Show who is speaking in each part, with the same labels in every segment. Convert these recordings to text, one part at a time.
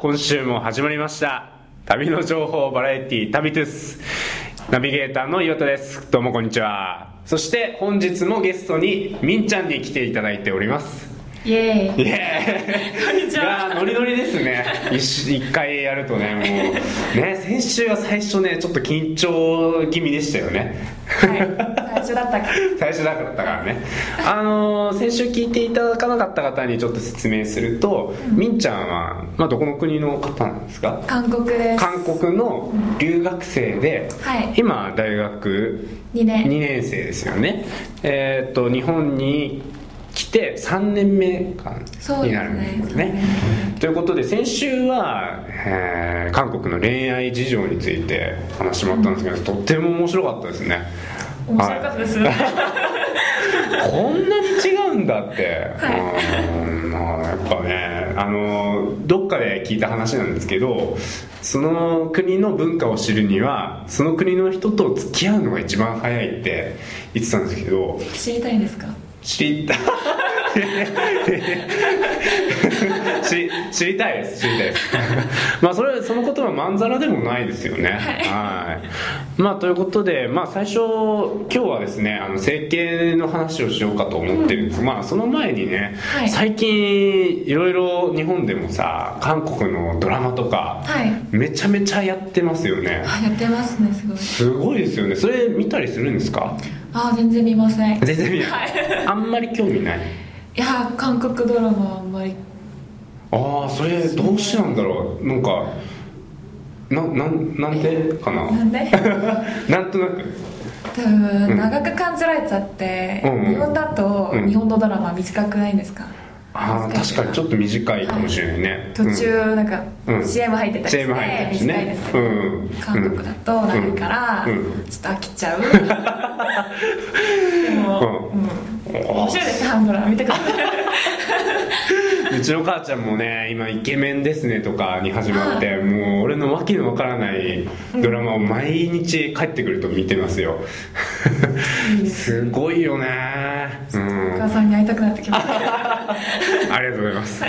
Speaker 1: 今週も始まりました旅の情報バラエティ旅トゥスナビゲーターの岩田ですどうもこんにちはそして本日もゲストにみんちゃんに来ていただいております
Speaker 2: イエーイ
Speaker 1: イエーイ
Speaker 2: こんにちはい
Speaker 1: やーノリノリですね一一回やるとねもうね先週は最初ねちょっと緊張気味でしたよね
Speaker 2: はい最初だったか
Speaker 1: 最初だったからねあのー先週聞いていただかなかった方にちょっと説明すると、みんちゃんは、まあ、どこの国の方なんですか
Speaker 2: 韓国です
Speaker 1: 韓国の留学生で、
Speaker 2: はい
Speaker 1: 今大学
Speaker 2: 2
Speaker 1: 2
Speaker 2: 年
Speaker 1: 年生ですよねえーっと日本に来て3年目か
Speaker 2: そうですね
Speaker 1: になるんですね
Speaker 2: そうで
Speaker 1: ということで先週は、えー韓国の恋愛事情について話もあったんですけど、とっても面白かったですね
Speaker 2: 面白かったですよね、
Speaker 1: こんなに違うんだって、
Speaker 2: は
Speaker 1: うんまあやっぱねあのどっかで聞いた話なんですけどその国の文化を知るにはその国の人と付き合うのが一番早いって言ってたんですけど
Speaker 2: 知りたいんですか
Speaker 1: 知りた知り知りたいです知りたいです まあそれそのことはまんざらでもないですよねはいまあということでまあ最初今日はですねあの整形の話をしようかと思ってるんです、まあその前にね、
Speaker 2: はい
Speaker 1: 最近いろいろ日本でもさ韓国のドラマとか
Speaker 2: はい
Speaker 1: めちゃめちゃやってますよね
Speaker 2: あやってますねすごい
Speaker 1: すごいですよねそれ見たりするんですか
Speaker 2: あ全然見ませんい
Speaker 1: 全然見ない、あんまり興味ない
Speaker 2: やー韓国ドラマはあんまり
Speaker 1: ああそれどうしてなんだろうなんかななんなんでかな
Speaker 2: なんで
Speaker 1: なんとなく
Speaker 2: 多分長く感じられちゃって、
Speaker 1: うんうん
Speaker 2: 日本だと
Speaker 1: うん
Speaker 2: 日本のドラマ短くないんですか、
Speaker 1: ああ確かにちょっと短いかもしれないね、
Speaker 2: 途中なんか
Speaker 1: うん
Speaker 2: CM 入ってたりして、
Speaker 1: CM 入ったりして
Speaker 2: 短いですけど、
Speaker 1: うん
Speaker 2: 韓国だと長いから、
Speaker 1: うんうん
Speaker 2: ちょっと飽き ちゃうでも、
Speaker 1: う
Speaker 2: う ん面白いですハンドラー見てください
Speaker 1: うんうちの母ちゃんもね今「イケメンですね」とかに始まってもう俺のわけのわからないドラマを毎日帰ってくると見てますよすごいよねうん
Speaker 2: お母さんに会いたくなってきました
Speaker 1: ありがとうございます。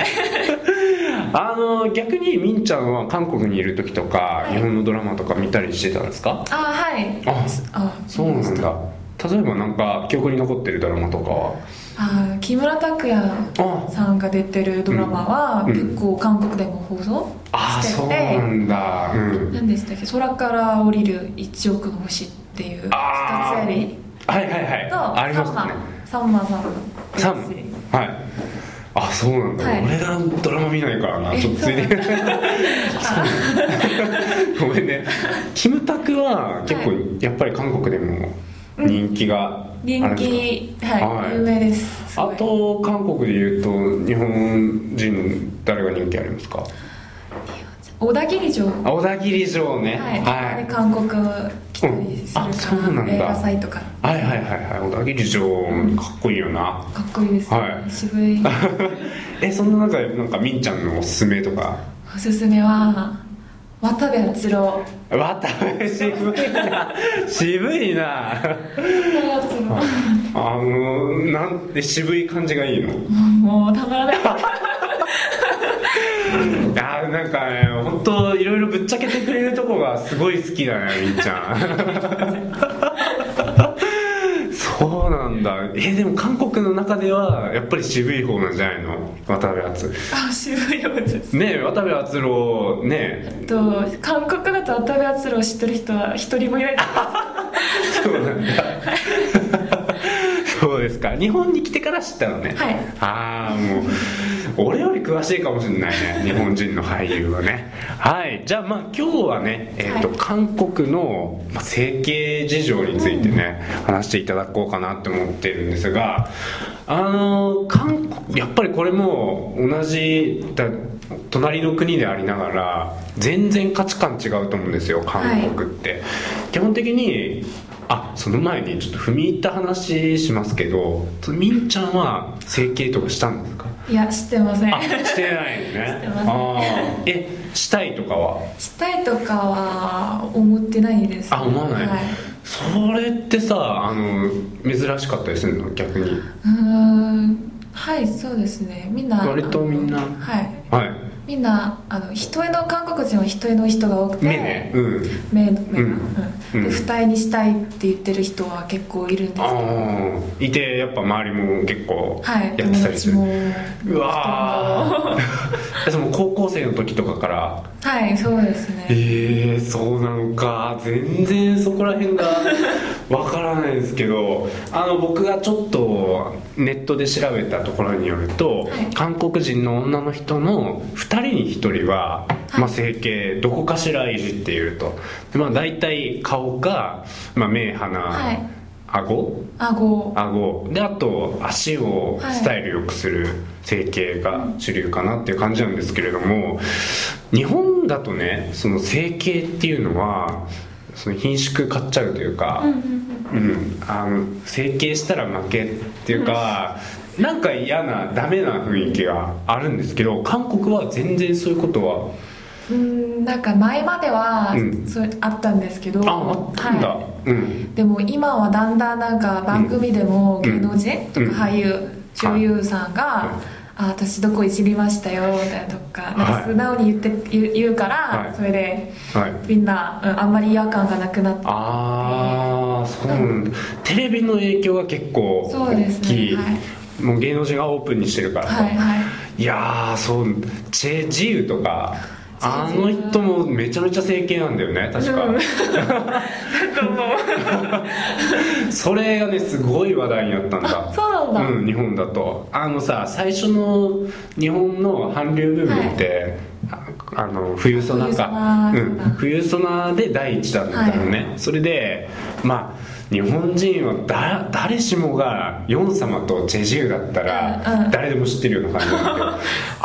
Speaker 1: あの逆にみんちゃんは韓国にいる時とか、
Speaker 2: い
Speaker 1: 日本のドラマとか見たりしてたんですか？
Speaker 2: あはい
Speaker 1: あ
Speaker 2: あ
Speaker 1: そうなんだ。例えばなんか記憶に残ってるドラマとかは、
Speaker 2: あ木村拓哉
Speaker 1: あ、
Speaker 2: さんが出てるドラマは、
Speaker 1: うん
Speaker 2: 結構韓国でも放送
Speaker 1: あ
Speaker 2: してて
Speaker 1: そうなんだ。うん。
Speaker 2: 何でしたっけ空から降りる一億の星っていう二つ
Speaker 1: あー
Speaker 2: やり
Speaker 1: はいはいはい。
Speaker 2: と
Speaker 1: あり
Speaker 2: サ
Speaker 1: まし
Speaker 2: ン
Speaker 1: た
Speaker 2: マ
Speaker 1: ね。
Speaker 2: サンマさんの
Speaker 1: サン
Speaker 2: やつ
Speaker 1: はい。あ、そうなんだ。
Speaker 2: はい
Speaker 1: 俺がドラマ見ないからな。
Speaker 2: え
Speaker 1: ちょっとつい
Speaker 2: そう
Speaker 1: で。 ごめんね。キムタクは結構
Speaker 2: は
Speaker 1: やっぱり韓国でも人気があるんですか。
Speaker 2: 人気、はい
Speaker 1: はい
Speaker 2: 有名ですすご
Speaker 1: あ
Speaker 2: い
Speaker 1: と韓国で言うと日本人誰が人気ありますか
Speaker 2: 小田切城は
Speaker 1: 小田切城ね
Speaker 2: い、
Speaker 1: はい、
Speaker 2: で韓国来たりするから、
Speaker 1: うんあそうなんだ
Speaker 2: 映画祭とか
Speaker 1: はいはいはいはい小田切城かっこいいよな
Speaker 2: かっこいいです、ね
Speaker 1: はい
Speaker 2: 渋い
Speaker 1: えそんな中でなんかみんちゃんのおすすめとか
Speaker 2: おすすめは渡部篤郎
Speaker 1: 渡辺渋いな渋いな
Speaker 2: 渡部篤郎
Speaker 1: あのなんで渋い感じがいいの
Speaker 2: もうたまらない
Speaker 1: あーなんかね本当いろいろぶっちゃけてくれるとこがすごい好きだねみんちゃんそうなんだえでも韓国の中ではやっぱり渋い方なんじゃないの渡部篤
Speaker 2: あ渋いようです
Speaker 1: ねえ渡部篤郎ね
Speaker 2: えっと韓国だと渡部篤郎知ってる人は一人もいない
Speaker 1: えそうなんだそうですか日本に来てから知ったのね
Speaker 2: はい
Speaker 1: ああもう俺より詳しいかもしれないね日本人の俳優はねはいじゃあまあ今日はね、えーと
Speaker 2: はい
Speaker 1: 韓国のまあ整形事情についてね、話していただこうかなって思ってるんですがあのー韓国やっぱりこれも同じだ隣の国でありながら全然価値観違うと思うんですよ韓国って、基本的にあその前にちょっと踏み入った話しますけどそのみんちゃんは整形とかしたんですか
Speaker 2: いや知ってません
Speaker 1: あしてないのね
Speaker 2: してません
Speaker 1: あーえしたいとかは
Speaker 2: したいとかは思ってないです
Speaker 1: あ思わない、
Speaker 2: はい、
Speaker 1: それってさあの珍しかったりするの逆に
Speaker 2: うーんはいそうですねみんな
Speaker 1: 割とみんな
Speaker 2: はい
Speaker 1: はい
Speaker 2: みんなあの人への韓国人は人への人が多くて
Speaker 1: 目ねうん
Speaker 2: 目の目
Speaker 1: うん
Speaker 2: が、うん
Speaker 1: うん
Speaker 2: で二重にしたいって言ってる人は結構いるんですけど
Speaker 1: ああいてやっぱ周りも結構
Speaker 2: は
Speaker 1: や
Speaker 2: い
Speaker 1: ってた
Speaker 2: 友
Speaker 1: り
Speaker 2: 達
Speaker 1: する、
Speaker 2: も
Speaker 1: うわ ーその高校生の時とかから
Speaker 2: はいそうですね
Speaker 1: えー、そうなのか全然そこら辺がわからないですけどあの僕がちょっとネットで調べたところによると、
Speaker 2: はい
Speaker 1: 韓国人の女の人の2人に1人は、
Speaker 2: はい
Speaker 1: まあ、整形どこかしらいじっているとで、まあ、大体顔か、まあ、目鼻、
Speaker 2: はい
Speaker 1: 顎
Speaker 2: 顎
Speaker 1: 顎であと足をスタイル良くする整形が主流かなっていう感じなんですけれども日本だとねその整形っていうのはその貧縮買っちゃうというか、
Speaker 2: うんうんうん
Speaker 1: うん、あの整形したら負けっていうか、なんか嫌なダメな雰囲気があるんですけど韓国は全然そういうことは
Speaker 2: うんなんか前までは
Speaker 1: うん
Speaker 2: それあったんですけど、
Speaker 1: ああったんだ、
Speaker 2: は
Speaker 1: うん
Speaker 2: い、でも今はだんだんなんか番組でも
Speaker 1: うん
Speaker 2: 芸能人とか
Speaker 1: うん
Speaker 2: 俳優、女優さんが、
Speaker 1: は
Speaker 2: あ私どこいじりましたよみたいなとかなん
Speaker 1: は
Speaker 2: か
Speaker 1: い
Speaker 2: 素直に言って、言う言うから、
Speaker 1: はい
Speaker 2: それで
Speaker 1: はい
Speaker 2: みんな、うん、あんまり嫌感がなくなって
Speaker 1: ああそうなんだテレビの影響が結構
Speaker 2: そうで
Speaker 1: 大
Speaker 2: すね
Speaker 1: きい、
Speaker 2: は
Speaker 1: もう芸能人がオープンにしてるから、
Speaker 2: はいはい
Speaker 1: い、やーそうチェ・ジウとか
Speaker 2: チェ
Speaker 1: あ
Speaker 2: ジウ
Speaker 1: の人もめちゃめちゃ整形なんだよね確か、
Speaker 2: うんだと思う
Speaker 1: それがねすごい話題になったんだ
Speaker 2: あそうなんだ、
Speaker 1: うん、日本だとあのさ最初の日本の韓流ブームって、ああの冬ソナか
Speaker 2: 冬ソナ
Speaker 1: うん、冬ソナで第一弾だったのね、それでまあ日本人はだ誰しもがヨン様とチェジウだった
Speaker 2: うんう
Speaker 1: ら
Speaker 2: ん
Speaker 1: 誰でも知ってるような感じなんだけど、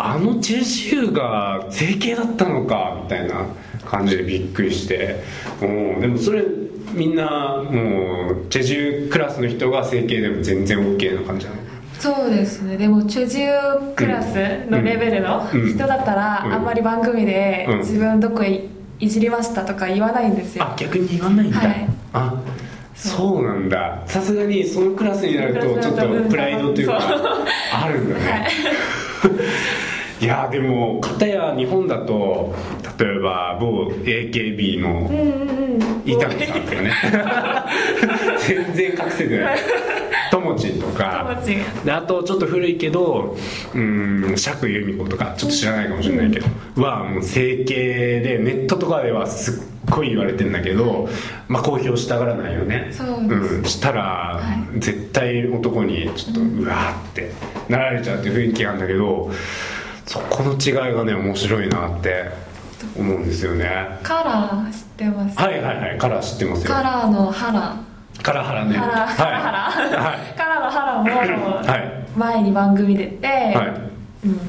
Speaker 1: あのチェジウが整形だったのかみたいな感じでびっくりしてうんでもそれみんなもうチェジウクラスの人が整形でも全然 OK な感じなの
Speaker 2: そうですねでも中ュクラスのレベルの
Speaker 1: うんうん
Speaker 2: 人だったら、
Speaker 1: うん
Speaker 2: あんまり番組で
Speaker 1: うん
Speaker 2: 自分どこいいじりましたとか言わないんですよ、
Speaker 1: あ逆に言わないんだ、
Speaker 2: はい
Speaker 1: あそうなんださすがにそのクラスになるとちょっ
Speaker 2: そのクラスだ
Speaker 1: と
Speaker 2: と
Speaker 1: プライドというか
Speaker 2: そう
Speaker 1: あるんだね、い、やでも片や日本だと例えば某 AKB の
Speaker 2: うんうんうん
Speaker 1: 板野さんとか ね全然隠せてないともちんとか
Speaker 2: 友達が
Speaker 1: であとちょっと古いけどうーん釈由美子とかちょっと知らないかもしれないけど、はもう整形でネットとかではすっごい言われてんだけど、まあ、公表したがらないよね
Speaker 2: そうです
Speaker 1: ん、したら、
Speaker 2: い
Speaker 1: 絶対男にちょっとうわーってなられちゃうっていう雰囲気があるんだけどそこの違いがね面白いなって思うんですよね
Speaker 2: カラー知ってます、
Speaker 1: はいはいはいカラー知ってますよ
Speaker 2: カラーのハラ
Speaker 1: カラハラね
Speaker 2: カラーカ
Speaker 1: は
Speaker 2: ラ
Speaker 1: い、
Speaker 2: ハ
Speaker 1: はい
Speaker 2: ラ カラーのハラも
Speaker 1: はい
Speaker 2: 前に番組出て、
Speaker 1: はい
Speaker 2: うん、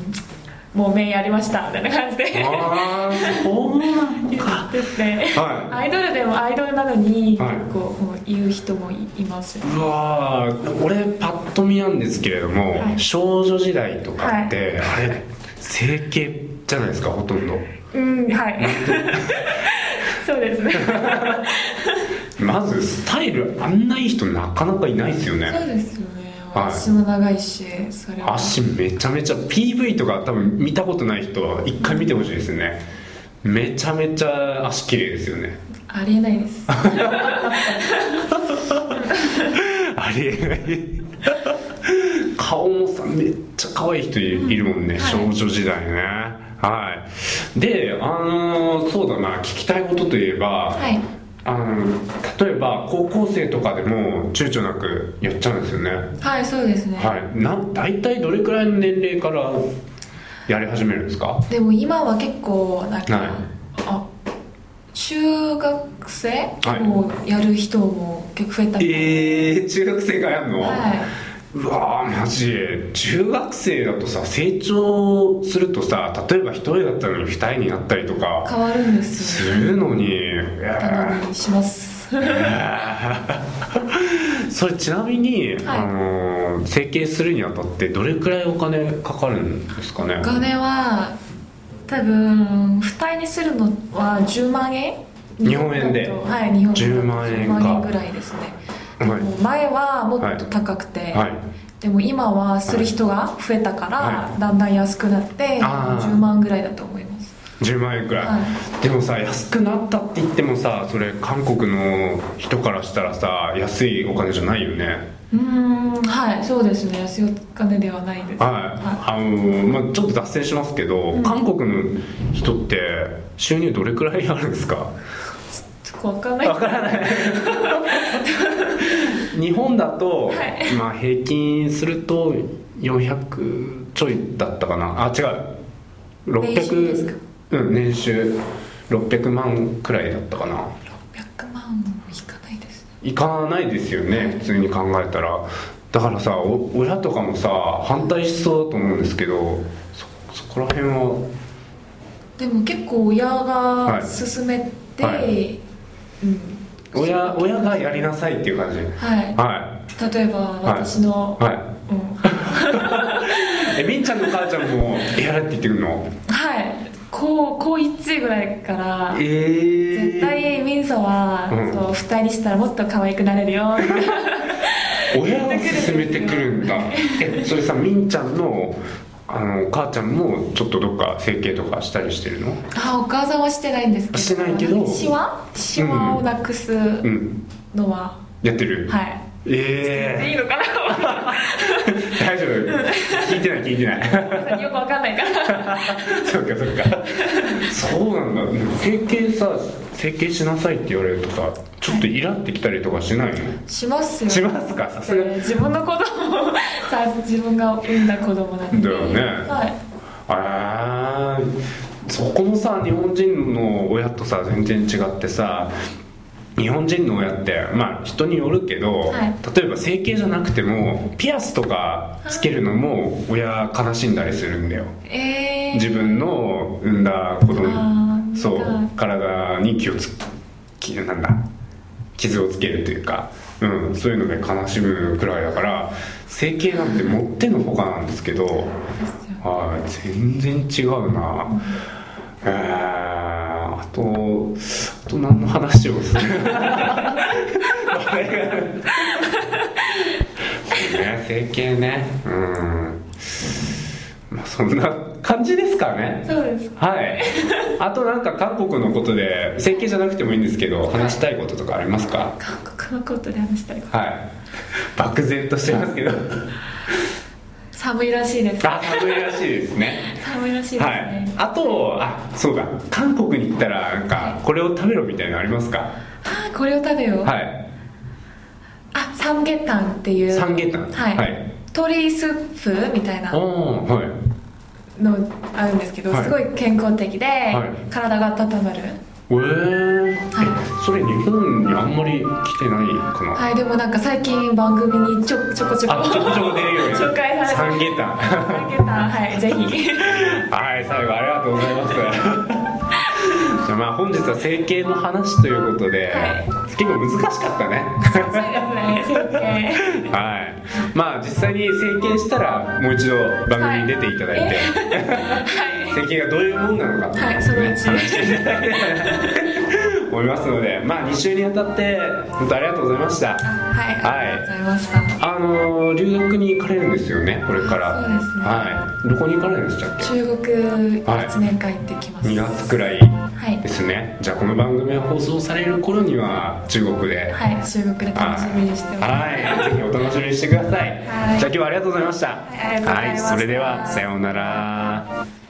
Speaker 2: もう目やりましたみたいな感じで
Speaker 1: ああそうなの
Speaker 2: 言
Speaker 1: か
Speaker 2: ってて、
Speaker 1: は
Speaker 2: アイドルでもアイドルなのに
Speaker 1: はい
Speaker 2: 結構もう言う人もいいますよ、
Speaker 1: うわー俺パッと見なんですけれども、
Speaker 2: はい
Speaker 1: 少女時代とかって、あれ整形じゃないですかほとんど
Speaker 2: うんはい そうですね
Speaker 1: まずスタイルあんないい人なかなかいないですよ
Speaker 2: そう
Speaker 1: ね
Speaker 2: ですよね
Speaker 1: はい
Speaker 2: 足も長いし、それは
Speaker 1: 足めちゃめちゃ PV とか多分見たことない人は一回見てほしいですねめちゃめちゃ足綺麗ですよね
Speaker 2: ありえないです
Speaker 1: ありえない顔もさめっちゃ可愛い人いるもんね、
Speaker 2: はい
Speaker 1: 少女時代ねはいであのーそうだな聞きたいことといえば、
Speaker 2: はい
Speaker 1: あの例えば高校生とかでも躊躇なくやっちゃうんですよね
Speaker 2: はいそうですね、
Speaker 1: はいな大体どれくらいの年齢からやり始めるんですか
Speaker 2: でも今は結構なんか、
Speaker 1: はい
Speaker 2: あ中学生
Speaker 1: はい
Speaker 2: もやる人も結構増えたり、
Speaker 1: えー、中学生がやるの、
Speaker 2: は
Speaker 1: うわーマジ中学生だとさ成長するとさ例えば一人だったのに二人になったりと
Speaker 2: い、
Speaker 1: か
Speaker 2: 変わるんです
Speaker 1: す
Speaker 2: よ
Speaker 1: るのにい
Speaker 2: た
Speaker 1: や
Speaker 2: まにします
Speaker 1: ーそれちなみに、
Speaker 2: はい
Speaker 1: あのー整形するにあたってどれくらいお金かかるんですかね
Speaker 2: お金は多分二重にするのは10万円
Speaker 1: 日本円で
Speaker 2: だとはい日本だと
Speaker 1: 10万円か
Speaker 2: 10万円ぐらいですね、
Speaker 1: はい
Speaker 2: でも前はも
Speaker 1: はい
Speaker 2: っと高くて、
Speaker 1: はい
Speaker 2: でも今はする人が増えたから、
Speaker 1: は
Speaker 2: だんだん安くなって
Speaker 1: あー
Speaker 2: 10万ぐらいだと思います
Speaker 1: 10万円くらい、
Speaker 2: は
Speaker 1: でもさ安くなったって言ってもさそれ韓国の人からしたらさ安いお金じゃないよね
Speaker 2: うーんはいそうですね安いお金ではないです
Speaker 1: はい、あのまあ、ちょっと脱線しますけど、
Speaker 2: ん
Speaker 1: 韓国の人って収入どれくらいあるんですか
Speaker 2: ちょっと分かんない
Speaker 1: からない 日本だと、
Speaker 2: はい
Speaker 1: まあ、平均すると400ちょいだったかなあ違う600
Speaker 2: 年収ですか
Speaker 1: うん年収600万くらいだったかな
Speaker 2: 600万もいかないですね
Speaker 1: いかないですよね普通に考えたらだからさお親とかもさ反対しそうだと思うんですけどそそこら辺は
Speaker 2: でも結構親が
Speaker 1: い
Speaker 2: 勧めて、
Speaker 1: はい
Speaker 2: うん
Speaker 1: 親親がやりなさいっていう感じ
Speaker 2: はい
Speaker 1: は
Speaker 2: 例えば私の、
Speaker 1: いは
Speaker 2: う
Speaker 1: い
Speaker 2: ん
Speaker 1: えみんちゃんの母ちゃんもやれって言ってくるの
Speaker 2: はい高高1ぐらいから
Speaker 1: えー
Speaker 2: 絶対ミンソは、
Speaker 1: うん
Speaker 2: そう二人にしたらもっと可愛くなれる よ
Speaker 1: 親が勧めてくるんだえそれさみんちゃんのあの母ちゃんもちょっとどっか整形とかしたりしてるの
Speaker 2: あお母さんはしてないんですけど
Speaker 1: してないけど
Speaker 2: シワシワをなくす
Speaker 1: うん
Speaker 2: のは、
Speaker 1: やってる、
Speaker 2: はいい
Speaker 1: え
Speaker 2: いのかな
Speaker 1: えー、大丈夫聞いてない聞いてない
Speaker 2: よくわかんないから
Speaker 1: そっかそっかそうなんだでも整形さ整形しなさいって言われるとさちょっとイラってきたりとかしないの、
Speaker 2: しますよ
Speaker 1: しますかさすが
Speaker 2: で自分の子供をさ自分が産んだ子供なんで
Speaker 1: だよね
Speaker 2: はい
Speaker 1: あーそこもさ日本人の親とさ全然違ってさ日本人の親ってまあ人によるけど、
Speaker 2: はい
Speaker 1: 例えば整形じゃなくてもピアスとかつけるのも親悲しんだりするんだよ
Speaker 2: えー、
Speaker 1: 自分の産んだ子
Speaker 2: あ
Speaker 1: 供
Speaker 2: ー
Speaker 1: そ
Speaker 2: なん
Speaker 1: う体に気をつきなんだ傷をつけるというか、うん、そういうので悲しむくらいだから整形なんてもってのほかなんですけど
Speaker 2: ですよ
Speaker 1: はい、全然違うな、えー、あとあと何の話をする あれがそうね整形ねうんまあそんな感じですかね
Speaker 2: そうです
Speaker 1: はいあとなんか韓国のことで整形じゃなくてもいいんですけど話したいこととかありますか
Speaker 2: 韓国のことで話したいこと
Speaker 1: はい漠然としてますけど
Speaker 2: 寒いらしいです
Speaker 1: あ寒いらしいですね
Speaker 2: 寒いらしいですね、
Speaker 1: はい、あとあそうだ韓国に行ったらなんかこれを食べろみたいなのありますか
Speaker 2: あーこれを食べよう、
Speaker 1: はい
Speaker 2: あサムゲタンっていう
Speaker 1: 三元旦
Speaker 2: はい、
Speaker 1: はい
Speaker 2: 鶏スープみたいな
Speaker 1: おおはい
Speaker 2: のあるんですけど、
Speaker 1: はい
Speaker 2: すごい健康的で、
Speaker 1: はい
Speaker 2: 体が温まる
Speaker 1: えー、えそれ日本にあんまり来てないかな、
Speaker 2: はいでもなんか最近番組にちょちょこちょこ
Speaker 1: あちょこちょこ出るよね
Speaker 2: 紹介され
Speaker 1: 三
Speaker 2: て
Speaker 1: 元旦
Speaker 2: サムゲタンはいぜひ
Speaker 1: はい最後ありがとうございます じゃあまあ本日は整形の話ということで、
Speaker 2: はい
Speaker 1: 結構難しかったね
Speaker 2: そうですね整形
Speaker 1: はいまあ実際に整形したらもう一度番組に出ていただいて、
Speaker 2: はい
Speaker 1: 整形がどういうもんなのかっていうのをね
Speaker 2: はいその
Speaker 1: 話
Speaker 2: うち
Speaker 1: していただいて 思いますのでまあ2週にわたって本当ありがとうございました
Speaker 2: はいありがとうございました、
Speaker 1: あのー留学に行かれるんですよねこれから
Speaker 2: そうですね
Speaker 1: はいどこに行かれるんでしたっけ
Speaker 2: 中国1年間行ってきます、
Speaker 1: 2月くらい
Speaker 2: はい
Speaker 1: ですねじゃあこの番組が放送される頃には中国で
Speaker 2: はい中国で楽しみにしてます、
Speaker 1: はい、ぜひお楽しみにしてください。
Speaker 2: はい
Speaker 1: じゃあ今日はありがとうございました。
Speaker 2: いありがとうございました
Speaker 1: はい、それではさようなら。